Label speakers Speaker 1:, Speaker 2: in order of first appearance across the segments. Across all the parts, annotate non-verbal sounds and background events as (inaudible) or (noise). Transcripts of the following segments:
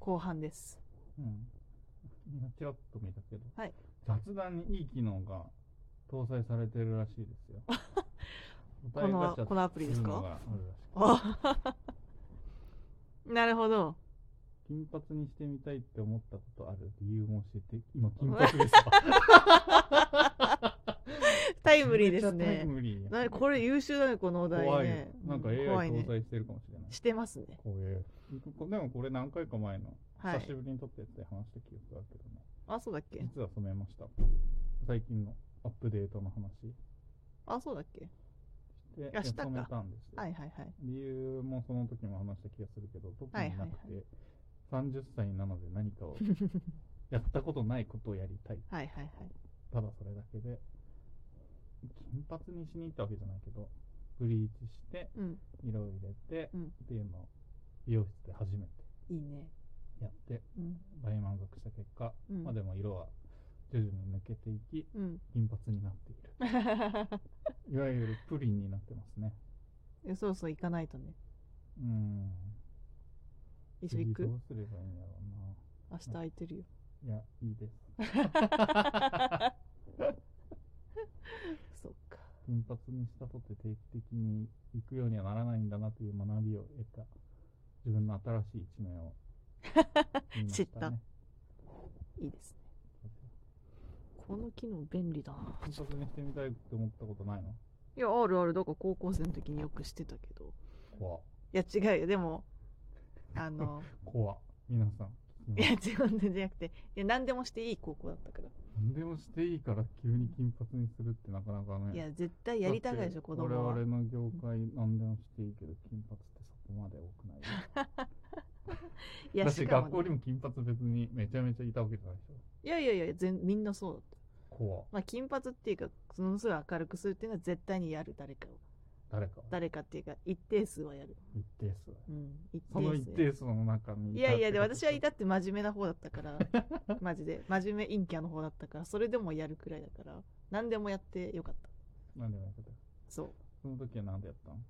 Speaker 1: 後半です。
Speaker 2: うん。今ちらっと見たけど、
Speaker 1: はい。
Speaker 2: 雑談にいい機能が搭載されてるらしいですよ。
Speaker 1: (laughs)
Speaker 2: お
Speaker 1: こ
Speaker 2: 便りガ
Speaker 1: の
Speaker 2: チャ
Speaker 1: このアプリです
Speaker 2: っていうの
Speaker 1: か
Speaker 2: があるらしい
Speaker 1: あ (laughs) なるほど。
Speaker 2: 金髪にしてみたいって思ったことある理由も教えて、今金髪ですわ。
Speaker 1: (laughs) タイムリーです
Speaker 2: めちゃタイ
Speaker 1: ね。
Speaker 2: ムリーや
Speaker 1: なこれ優秀だね、このお題
Speaker 2: 怖いよ
Speaker 1: ね。
Speaker 2: なんか
Speaker 1: う
Speaker 2: AI
Speaker 1: 怖いね
Speaker 2: 搭載してるかもしれない。
Speaker 1: してますね。
Speaker 2: こういう。こでもこれ何回か前の、
Speaker 1: は
Speaker 2: 久し
Speaker 1: い。
Speaker 2: ぶりに撮ったやつで話した記憶があるけどね。
Speaker 1: あ、そうだっけ
Speaker 2: 実は染めました。最近のアップデートの話
Speaker 1: あ、そうだっけ
Speaker 2: して、
Speaker 1: あしたか
Speaker 2: 染めたんですよ
Speaker 1: はいはいはい。
Speaker 2: 理由もその時も話した気がするけど、特になくて、
Speaker 1: はい
Speaker 2: 30歳なので何かをやったことないことをやりたい。
Speaker 1: はいはいはい。
Speaker 2: ただそれだけで、金髪にしに行ったわけじゃないけど、ブリーチして、
Speaker 1: うん。
Speaker 2: 色を入れて、
Speaker 1: うん
Speaker 2: っていうのを美容室で初めて
Speaker 1: いいね。
Speaker 2: やって、
Speaker 1: うん。
Speaker 2: 大満足した結果、
Speaker 1: うん
Speaker 2: まあでも色は徐々に抜けていき、
Speaker 1: うん。 (laughs)
Speaker 2: 金髪になっている。いわゆるプリンになってますね。
Speaker 1: えそろそろ行かないとね。
Speaker 2: うーん。
Speaker 1: 一緒行
Speaker 2: 次ど
Speaker 1: く
Speaker 2: うすればいいんだろ
Speaker 1: 明日空いてる
Speaker 2: (laughs)
Speaker 1: よ。
Speaker 2: うな。いや、いいです。
Speaker 1: そっか。
Speaker 2: 金髪にしたとって定期的に行くようにはならないんだなという学びを得た自分の新しい一
Speaker 1: (laughs)
Speaker 2: 面を見ましね
Speaker 1: いいですね。この機能便利だな。
Speaker 2: 金髪にしてみたいって思ったことないの
Speaker 1: いや、あるある。だから高校生の時によくしてたけど。
Speaker 2: 怖っ
Speaker 1: いや、違うよ。でも、あ
Speaker 2: (laughs)
Speaker 1: の、
Speaker 2: 怖っ皆さん
Speaker 1: いや、違うんじゃなくて、いや、何でもしていい高校だったから。
Speaker 2: 何でもしていいから急に金髪にするってなかなかね
Speaker 1: いや、絶対やりたがいでしょ、子供は。
Speaker 2: 我々の業界何でもしていいけど金髪ってそこまで多く
Speaker 1: (laughs)
Speaker 2: ないよ
Speaker 1: いや、
Speaker 2: だし
Speaker 1: しか
Speaker 2: 学
Speaker 1: も
Speaker 2: 校に
Speaker 1: ね、
Speaker 2: も金髪別にめちゃめちゃいたわけじゃないでしょ
Speaker 1: いやいやいや、全みんなそうだった。
Speaker 2: 怖っ
Speaker 1: まあ、金髪っていうか、そのすごい明るくするっていうのは絶対にやる、誰かを。
Speaker 2: 誰か
Speaker 1: 誰かっていうか、一定数はやる。
Speaker 2: 一定数
Speaker 1: うん、一
Speaker 2: その
Speaker 1: 定
Speaker 2: 一
Speaker 1: 数やる。
Speaker 2: 定数の中に
Speaker 1: い
Speaker 2: た
Speaker 1: や
Speaker 2: って
Speaker 1: いや、で、
Speaker 2: こと
Speaker 1: 私はいたって真面目な方だった
Speaker 2: (laughs)
Speaker 1: から、マジで。真面目陰キャの方だったから、それでもやるくらいだから、何でもやってよかった。
Speaker 2: なんでもやってた
Speaker 1: そう。
Speaker 2: その時は何でやったの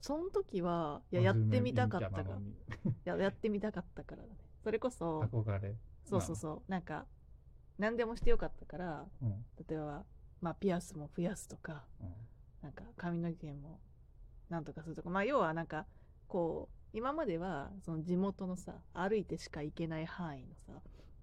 Speaker 1: その時は、いや、やってみたかったから。
Speaker 2: 真面
Speaker 1: い
Speaker 2: 目陰キ
Speaker 1: や、やってみたかったからだね。それこ
Speaker 2: ャ
Speaker 1: そ
Speaker 2: な、のに憧れ
Speaker 1: そうそうそう、なんか、何でもしてよかったから、
Speaker 2: う、うん
Speaker 1: 例えば、まあ、ピアスも増やすとか、
Speaker 2: うん、
Speaker 1: なんか、髪の毛も、なんとかするとか、まあ、要はなんか、こう、今までは、その地元のさ、歩いてしか行けない範囲のさ、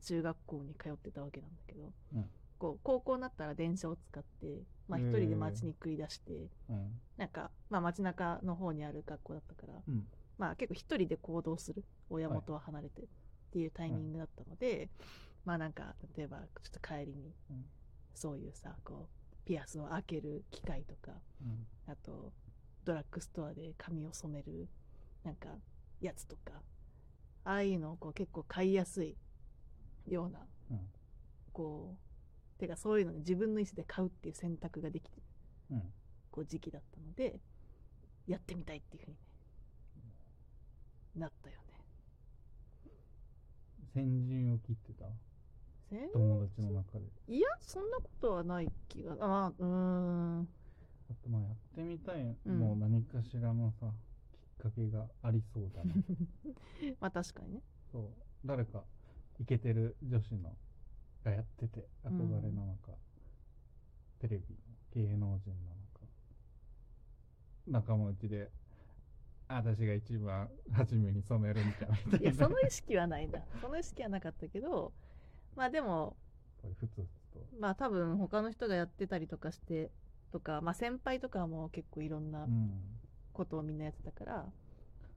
Speaker 1: 中学校に通ってたわけなんだけど、
Speaker 2: うん
Speaker 1: こう、高校になったら電車を使って、まあ、一人で街に繰り出して、
Speaker 2: うん
Speaker 1: なんか、まあ、街中の方にある学校だったから、
Speaker 2: うん
Speaker 1: まあ、結構一人で行動する親元は離れてっていうタイミングだったので、まあなんか例えばちょっと帰りに
Speaker 2: うん
Speaker 1: そういうさこうピアスを開ける機械とか
Speaker 2: うん
Speaker 1: あとドラッグストアで髪を染めるなんかやつとかああいうのをこう結構買いやすいような、
Speaker 2: うん
Speaker 1: こうてかそういうのに自分の意思で買うっていう選択ができて
Speaker 2: うん
Speaker 1: こう時期だったのでやってみたいっていうふうにねなったよね。
Speaker 2: 先陣を切ってた
Speaker 1: せん
Speaker 2: 友達の中で
Speaker 1: いやそんなことはない気があうーん
Speaker 2: あとまあやってみたい、
Speaker 1: うん
Speaker 2: もう何かしらのさきっかけがありそうだな
Speaker 1: まあ確かにね
Speaker 2: そう誰かイケてる女子のがやってて
Speaker 1: う
Speaker 2: 憧
Speaker 1: ん
Speaker 2: れなのか、テレビの芸能人なのか仲間内であ私が一番初めに染めるみたいなみたい
Speaker 1: い
Speaker 2: な (laughs)
Speaker 1: やその意識はないなその意識はなかったけどまあでも
Speaker 2: ふつふつと
Speaker 1: まあ多分他の人がやってたりとかしてとかまあ先輩とかはもう結構いろんな
Speaker 2: うん
Speaker 1: ことをみんなやってたから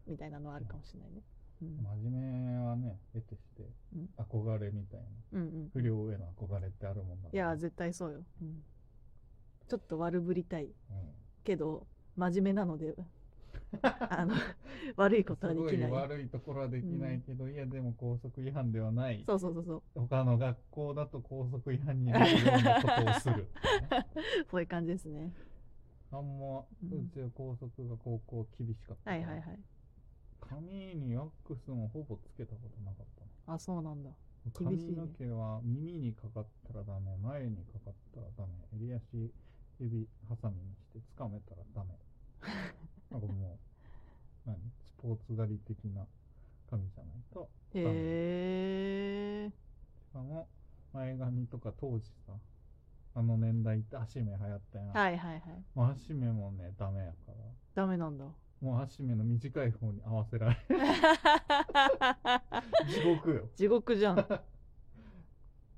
Speaker 1: みたいなのはあるかもしれないね、うん、
Speaker 2: 真面目はね得てして
Speaker 1: うん
Speaker 2: 憧れみたいな
Speaker 1: うんうん
Speaker 2: 不良への憧れってあるもんだ
Speaker 1: いや絶対そうよ、うん、ちょっと悪ぶりたい
Speaker 2: うん
Speaker 1: けど真面目なの
Speaker 2: (laughs)
Speaker 1: であの悪いことは
Speaker 2: す
Speaker 1: で
Speaker 2: ご
Speaker 1: き
Speaker 2: い
Speaker 1: ない
Speaker 2: 悪いところはできないけど、いやでも校則違反ではない
Speaker 1: そうそうそうそう
Speaker 2: 他の学校だと校則違反になるようなことをする
Speaker 1: (laughs) こういう感じですね
Speaker 2: あんまう
Speaker 1: うん
Speaker 2: ちは校則が高校厳しかったか
Speaker 1: は
Speaker 2: ら
Speaker 1: いはいはい
Speaker 2: 髪にワックスもほぼつけたことなかったね
Speaker 1: あそうなんだ厳しいね
Speaker 2: 髪の毛は耳にかかったらダメ前にかかったらダメ襟足指ハサミにして掴
Speaker 1: (laughs)
Speaker 2: めたらダメなんかもう何スポーツ狩り的な紙じゃないとダメ
Speaker 1: へえ
Speaker 2: しかも前髪とか当時さあの年代って足目流行ったやん、
Speaker 1: はいはいはい
Speaker 2: もう足目もねダメやから
Speaker 1: ダメなんだ
Speaker 2: もう足目の短い方に合わせられる地獄よ
Speaker 1: (laughs) 地獄じゃ (laughs) ん
Speaker 2: だった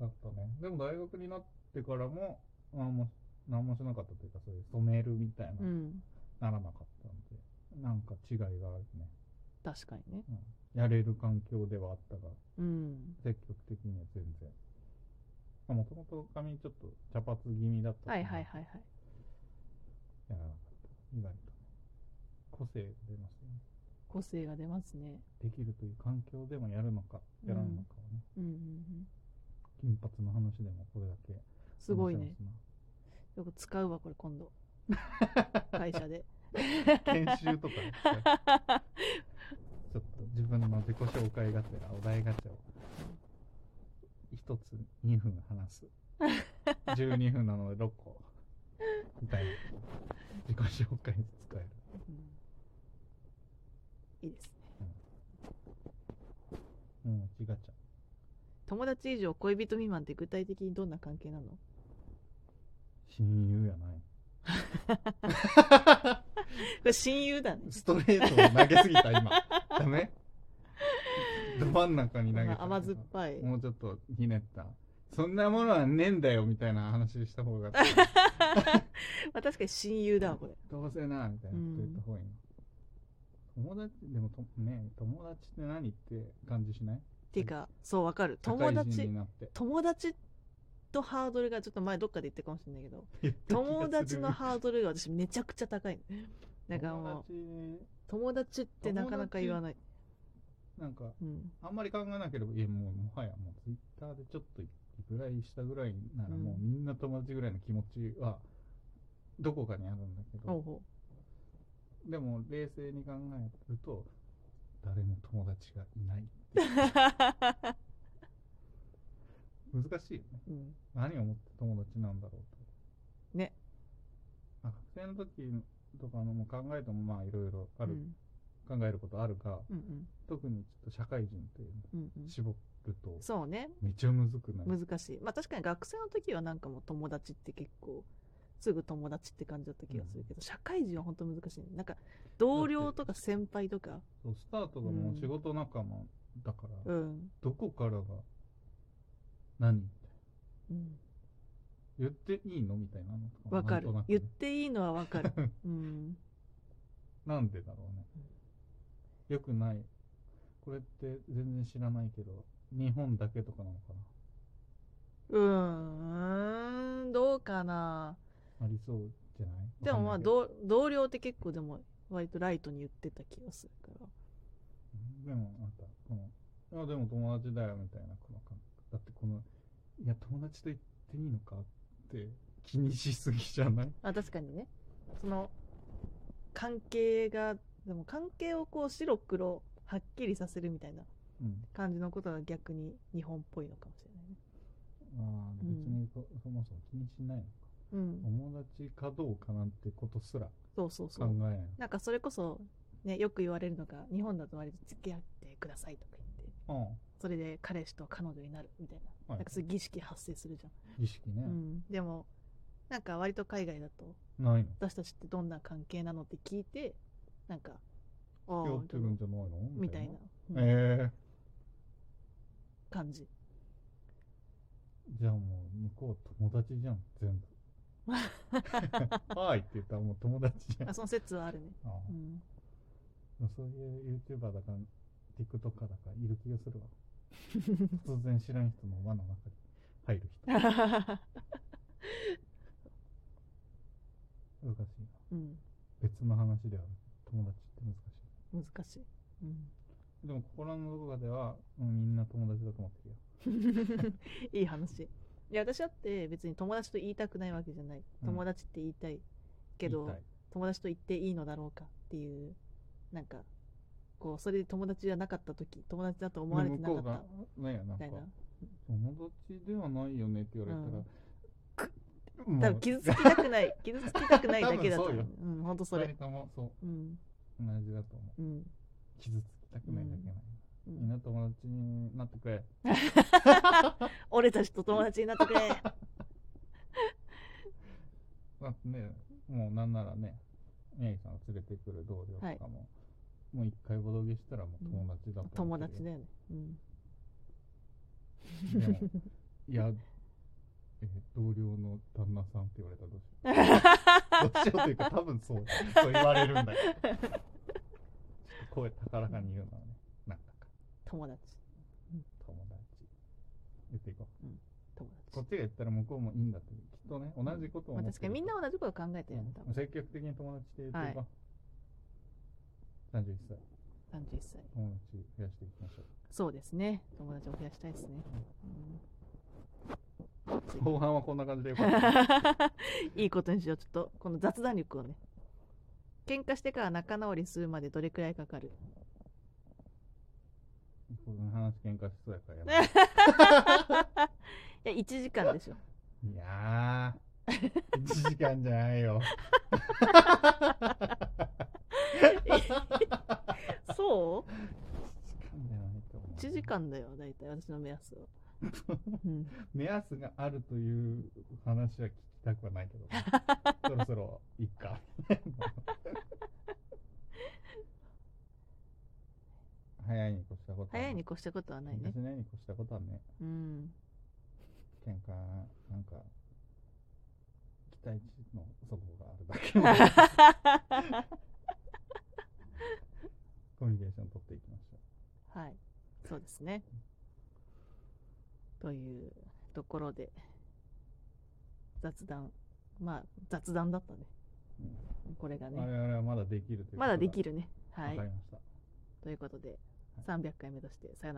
Speaker 2: ねでも大学になってからも何も何もしなかったというかそういう染めるみたいな、
Speaker 1: うん
Speaker 2: ならなかったんでなんか違いがあるね、
Speaker 1: 確かにね
Speaker 2: うん、やれる環境ではあったが
Speaker 1: うん
Speaker 2: 積極的には全然もともと髪ちょっと茶髪気味だったから
Speaker 1: はいはいはいはい
Speaker 2: やらなかった意外とね個性が出ますよね
Speaker 1: 個性が出ますね
Speaker 2: できるという環境でもやるのかやらんのかはね、
Speaker 1: うんうんうん
Speaker 2: 金髪の話でもこれだけ
Speaker 1: すごい
Speaker 2: 話
Speaker 1: ね
Speaker 2: せ
Speaker 1: よ
Speaker 2: ま
Speaker 1: く使うわこれ今 (laughs) 度会社で
Speaker 2: 研修とかねちょっと自分の自己紹介がてらお題ガチャを一つ2分
Speaker 1: (laughs)
Speaker 2: 話す12分なので6個みたいな自己紹介に使える
Speaker 1: うんいいですね
Speaker 2: うんちガチャ
Speaker 1: 友達以上恋人未満って具体的にどんな関係な (laughs) の
Speaker 2: 親友や
Speaker 1: (laughs)
Speaker 2: ない
Speaker 1: これ親友だね
Speaker 2: ストレートを投げすぎた今ダメど真ん中に投げ
Speaker 1: ま
Speaker 2: た
Speaker 1: あ甘酸っぱい
Speaker 2: もうちょっとひねったそんなものはねえんだよみたいな話し
Speaker 1: (laughs)
Speaker 2: た方が
Speaker 1: まあ確かに親友だわこれ
Speaker 2: どうせなみたいなこと言った方がいいの、友達でもとね友達って何って感じしない
Speaker 1: ていうかそうわかる
Speaker 2: 社
Speaker 1: 友
Speaker 2: 会人
Speaker 1: 達
Speaker 2: になって
Speaker 1: 友達とハードルがちょっと前どっかで言ってるかもしれないけど友達の
Speaker 2: (laughs)
Speaker 1: ハードルが私めちゃくちゃ高いのなんかもう
Speaker 2: 友
Speaker 1: 友達ってなかなか言わない、
Speaker 2: 達なんか
Speaker 1: うん、
Speaker 2: あんまり考えなければいやもうもはやもうツイッターでちょっとぐらいしたぐらいなら
Speaker 1: うん
Speaker 2: もうみんな友達ぐらいの気持ちはどこかにあるんだけ
Speaker 1: ほう
Speaker 2: ど、
Speaker 1: ほ
Speaker 2: でも冷静に考えると誰も友達がいないって
Speaker 1: う (laughs)
Speaker 2: 難しいよね (laughs)
Speaker 1: うん
Speaker 2: 何をもって友達なんだろうと
Speaker 1: ね
Speaker 2: まあ学生の時とかのも考えてもまあいろいろあ
Speaker 1: う
Speaker 2: る、
Speaker 1: ん
Speaker 2: 考えることあるが
Speaker 1: うんうん
Speaker 2: 特にちょっと社会人という
Speaker 1: うんう
Speaker 2: の
Speaker 1: ん
Speaker 2: を絞ると
Speaker 1: そうね
Speaker 2: めちゃむずくない、
Speaker 1: 難しいまあ確かに学生の時はなんかもう友達って結構すぐ友達って感じだった気がするけど、社会人は本当難しいねなんか同僚とか先輩とか
Speaker 2: そうスタートがもう仕事仲間だから、
Speaker 1: うん、
Speaker 2: どこからが何
Speaker 1: うん、
Speaker 2: 言っていいのみたいなのとも
Speaker 1: わかる
Speaker 2: なんと
Speaker 1: 言っ
Speaker 2: なくね
Speaker 1: ていいのはわか
Speaker 2: (laughs)
Speaker 1: るうん
Speaker 2: なんでだろうねよくないこれって全然知らないけど日本だけとかなのか
Speaker 1: うーんどうかな
Speaker 2: なありそうじゃない
Speaker 1: でもま
Speaker 2: わか
Speaker 1: あ
Speaker 2: んないけど
Speaker 1: 同同僚って結構でも割とライトに言ってた気がするから
Speaker 2: でもなんかこの「いやでも友達だよ」みたいなこの感覚だってこの「いや友達と言っていいのか?」って気にしすぎじゃない
Speaker 1: あ確かにねその関係がでも関係をこう白黒はっきりさせるみたいな
Speaker 2: うん
Speaker 1: 感じのことが逆に日本っぽいのかもしれないね
Speaker 2: ああ
Speaker 1: う
Speaker 2: 別
Speaker 1: ん
Speaker 2: にそ,、そもそも気にしないのか
Speaker 1: うん
Speaker 2: 友達かどうかなんてことすら
Speaker 1: そうそうそ
Speaker 2: 考え
Speaker 1: う
Speaker 2: ない
Speaker 1: なんかそれこそねよく言われるのが日本だと割と付き合ってくださいとか言って
Speaker 2: うん
Speaker 1: それで彼氏と彼女になるみたいな
Speaker 2: は
Speaker 1: ないんかそういう儀式発生するじゃん
Speaker 2: 儀式ね、
Speaker 1: うん、でもなんか割と海外だと
Speaker 2: ないの
Speaker 1: 私たちってどんな関係なのって聞いてなんか「ああ
Speaker 2: や」ってるんじゃないの
Speaker 1: みたいな、うん
Speaker 2: ええ
Speaker 1: 感じ
Speaker 2: じゃあもう向こう友達じゃん全部
Speaker 1: (laughs)
Speaker 2: 「はい」って言ったらもう友達じゃん
Speaker 1: あその説はあるね、
Speaker 2: あー
Speaker 1: うん、
Speaker 2: まあそういう YouTuber だか TikToker だかいる気が
Speaker 1: (laughs)
Speaker 2: するわ突然知らん人の輪の中に入る人難しいな
Speaker 1: うん、
Speaker 2: 別の話では友達って難し
Speaker 1: 難しい、うん、
Speaker 2: いでも心のどこかでは、うん、みんな友達だと思ってるよ
Speaker 1: (laughs) いい話いや私だって別に友達と言いたくないわけじゃない
Speaker 2: うん
Speaker 1: 友達って言いたいけど、
Speaker 2: 言いたい
Speaker 1: 友達と言っていいのだろうかっていうなんかこうそれで友達じゃなかった時友達だと思われてなか
Speaker 2: で
Speaker 1: った
Speaker 2: 向こうがねなん
Speaker 1: み
Speaker 2: か
Speaker 1: たいな
Speaker 2: 友達ではないよねって言われたら、
Speaker 1: うん
Speaker 2: くっもう
Speaker 1: 多分傷つきたくない傷つきたくないだけだと
Speaker 2: (laughs) 多分そう
Speaker 1: う
Speaker 2: よ
Speaker 1: ん本当そ
Speaker 2: 二
Speaker 1: れ
Speaker 2: 人ともそう
Speaker 1: うん
Speaker 2: 同じだと思う
Speaker 1: うん
Speaker 2: 傷つきたくないだけなの、
Speaker 1: う
Speaker 2: みん
Speaker 1: ん
Speaker 2: な友達になってくれ。
Speaker 1: 俺たちと友達になってくれ
Speaker 2: だってね、もうなんならね、宮城さんを連れてくる同僚とかも、もう一回ボドゲしたらもう友達だと思
Speaker 1: 友
Speaker 2: って
Speaker 1: 達だ
Speaker 2: るよ
Speaker 1: よね、うん、
Speaker 2: でも、いや、え同僚の旦那さんって言われたらどうしよう。どうしようというか、多分そう、そう言われるんだけど。ちょっと声高らかに言うのはね、なんだか、
Speaker 1: (laughs) 友達
Speaker 2: 友達。言っていこう。
Speaker 1: 友
Speaker 2: こっ
Speaker 1: 達
Speaker 2: ちが言ったら向こうもいいんだって、きっとね、同じことを
Speaker 1: ま
Speaker 2: 思
Speaker 1: あ、
Speaker 2: ってる。
Speaker 1: 確かにみんな同じこと考えてるんだ、
Speaker 2: うん積極的に友達で言っていこう。31歳、
Speaker 1: 31歳
Speaker 2: 友達増やしていきましょう。
Speaker 1: そうですね友達を増やしたいですね、
Speaker 2: 後半はこんな感じでよ (laughs) かった。
Speaker 1: うん (laughs) いいことにしようちょっとこの雑談力をね喧嘩してから仲直りするまでどれくらいかかる (laughs)
Speaker 2: この話喧嘩しそうやからやば (laughs) い。
Speaker 1: いや1時間でしょ
Speaker 2: いやー、1時間じゃないよ。
Speaker 1: そう
Speaker 2: 1時間じゃないと思う。
Speaker 1: 1時間だよ大体私の目 (laughs) 安は、うん
Speaker 2: 目安があるという話は聞きたくはないけ (laughs) ど、そろそろいっ (laughs) か。早いに越したことは
Speaker 1: 早いに越したことはないね
Speaker 2: 私、に越したことはね、
Speaker 1: うん、
Speaker 2: 喧嘩なんか、期待値の底があるだけ。コミュニケーション取っていきましょう。
Speaker 1: はいそうですねというところで雑談まあ雑談だったね
Speaker 2: うん
Speaker 1: これがね
Speaker 2: 我々はまだできるということ
Speaker 1: まだでき
Speaker 2: る。
Speaker 1: るねは
Speaker 2: わ
Speaker 1: い
Speaker 2: かりました。
Speaker 1: ということで300回目指してさよなら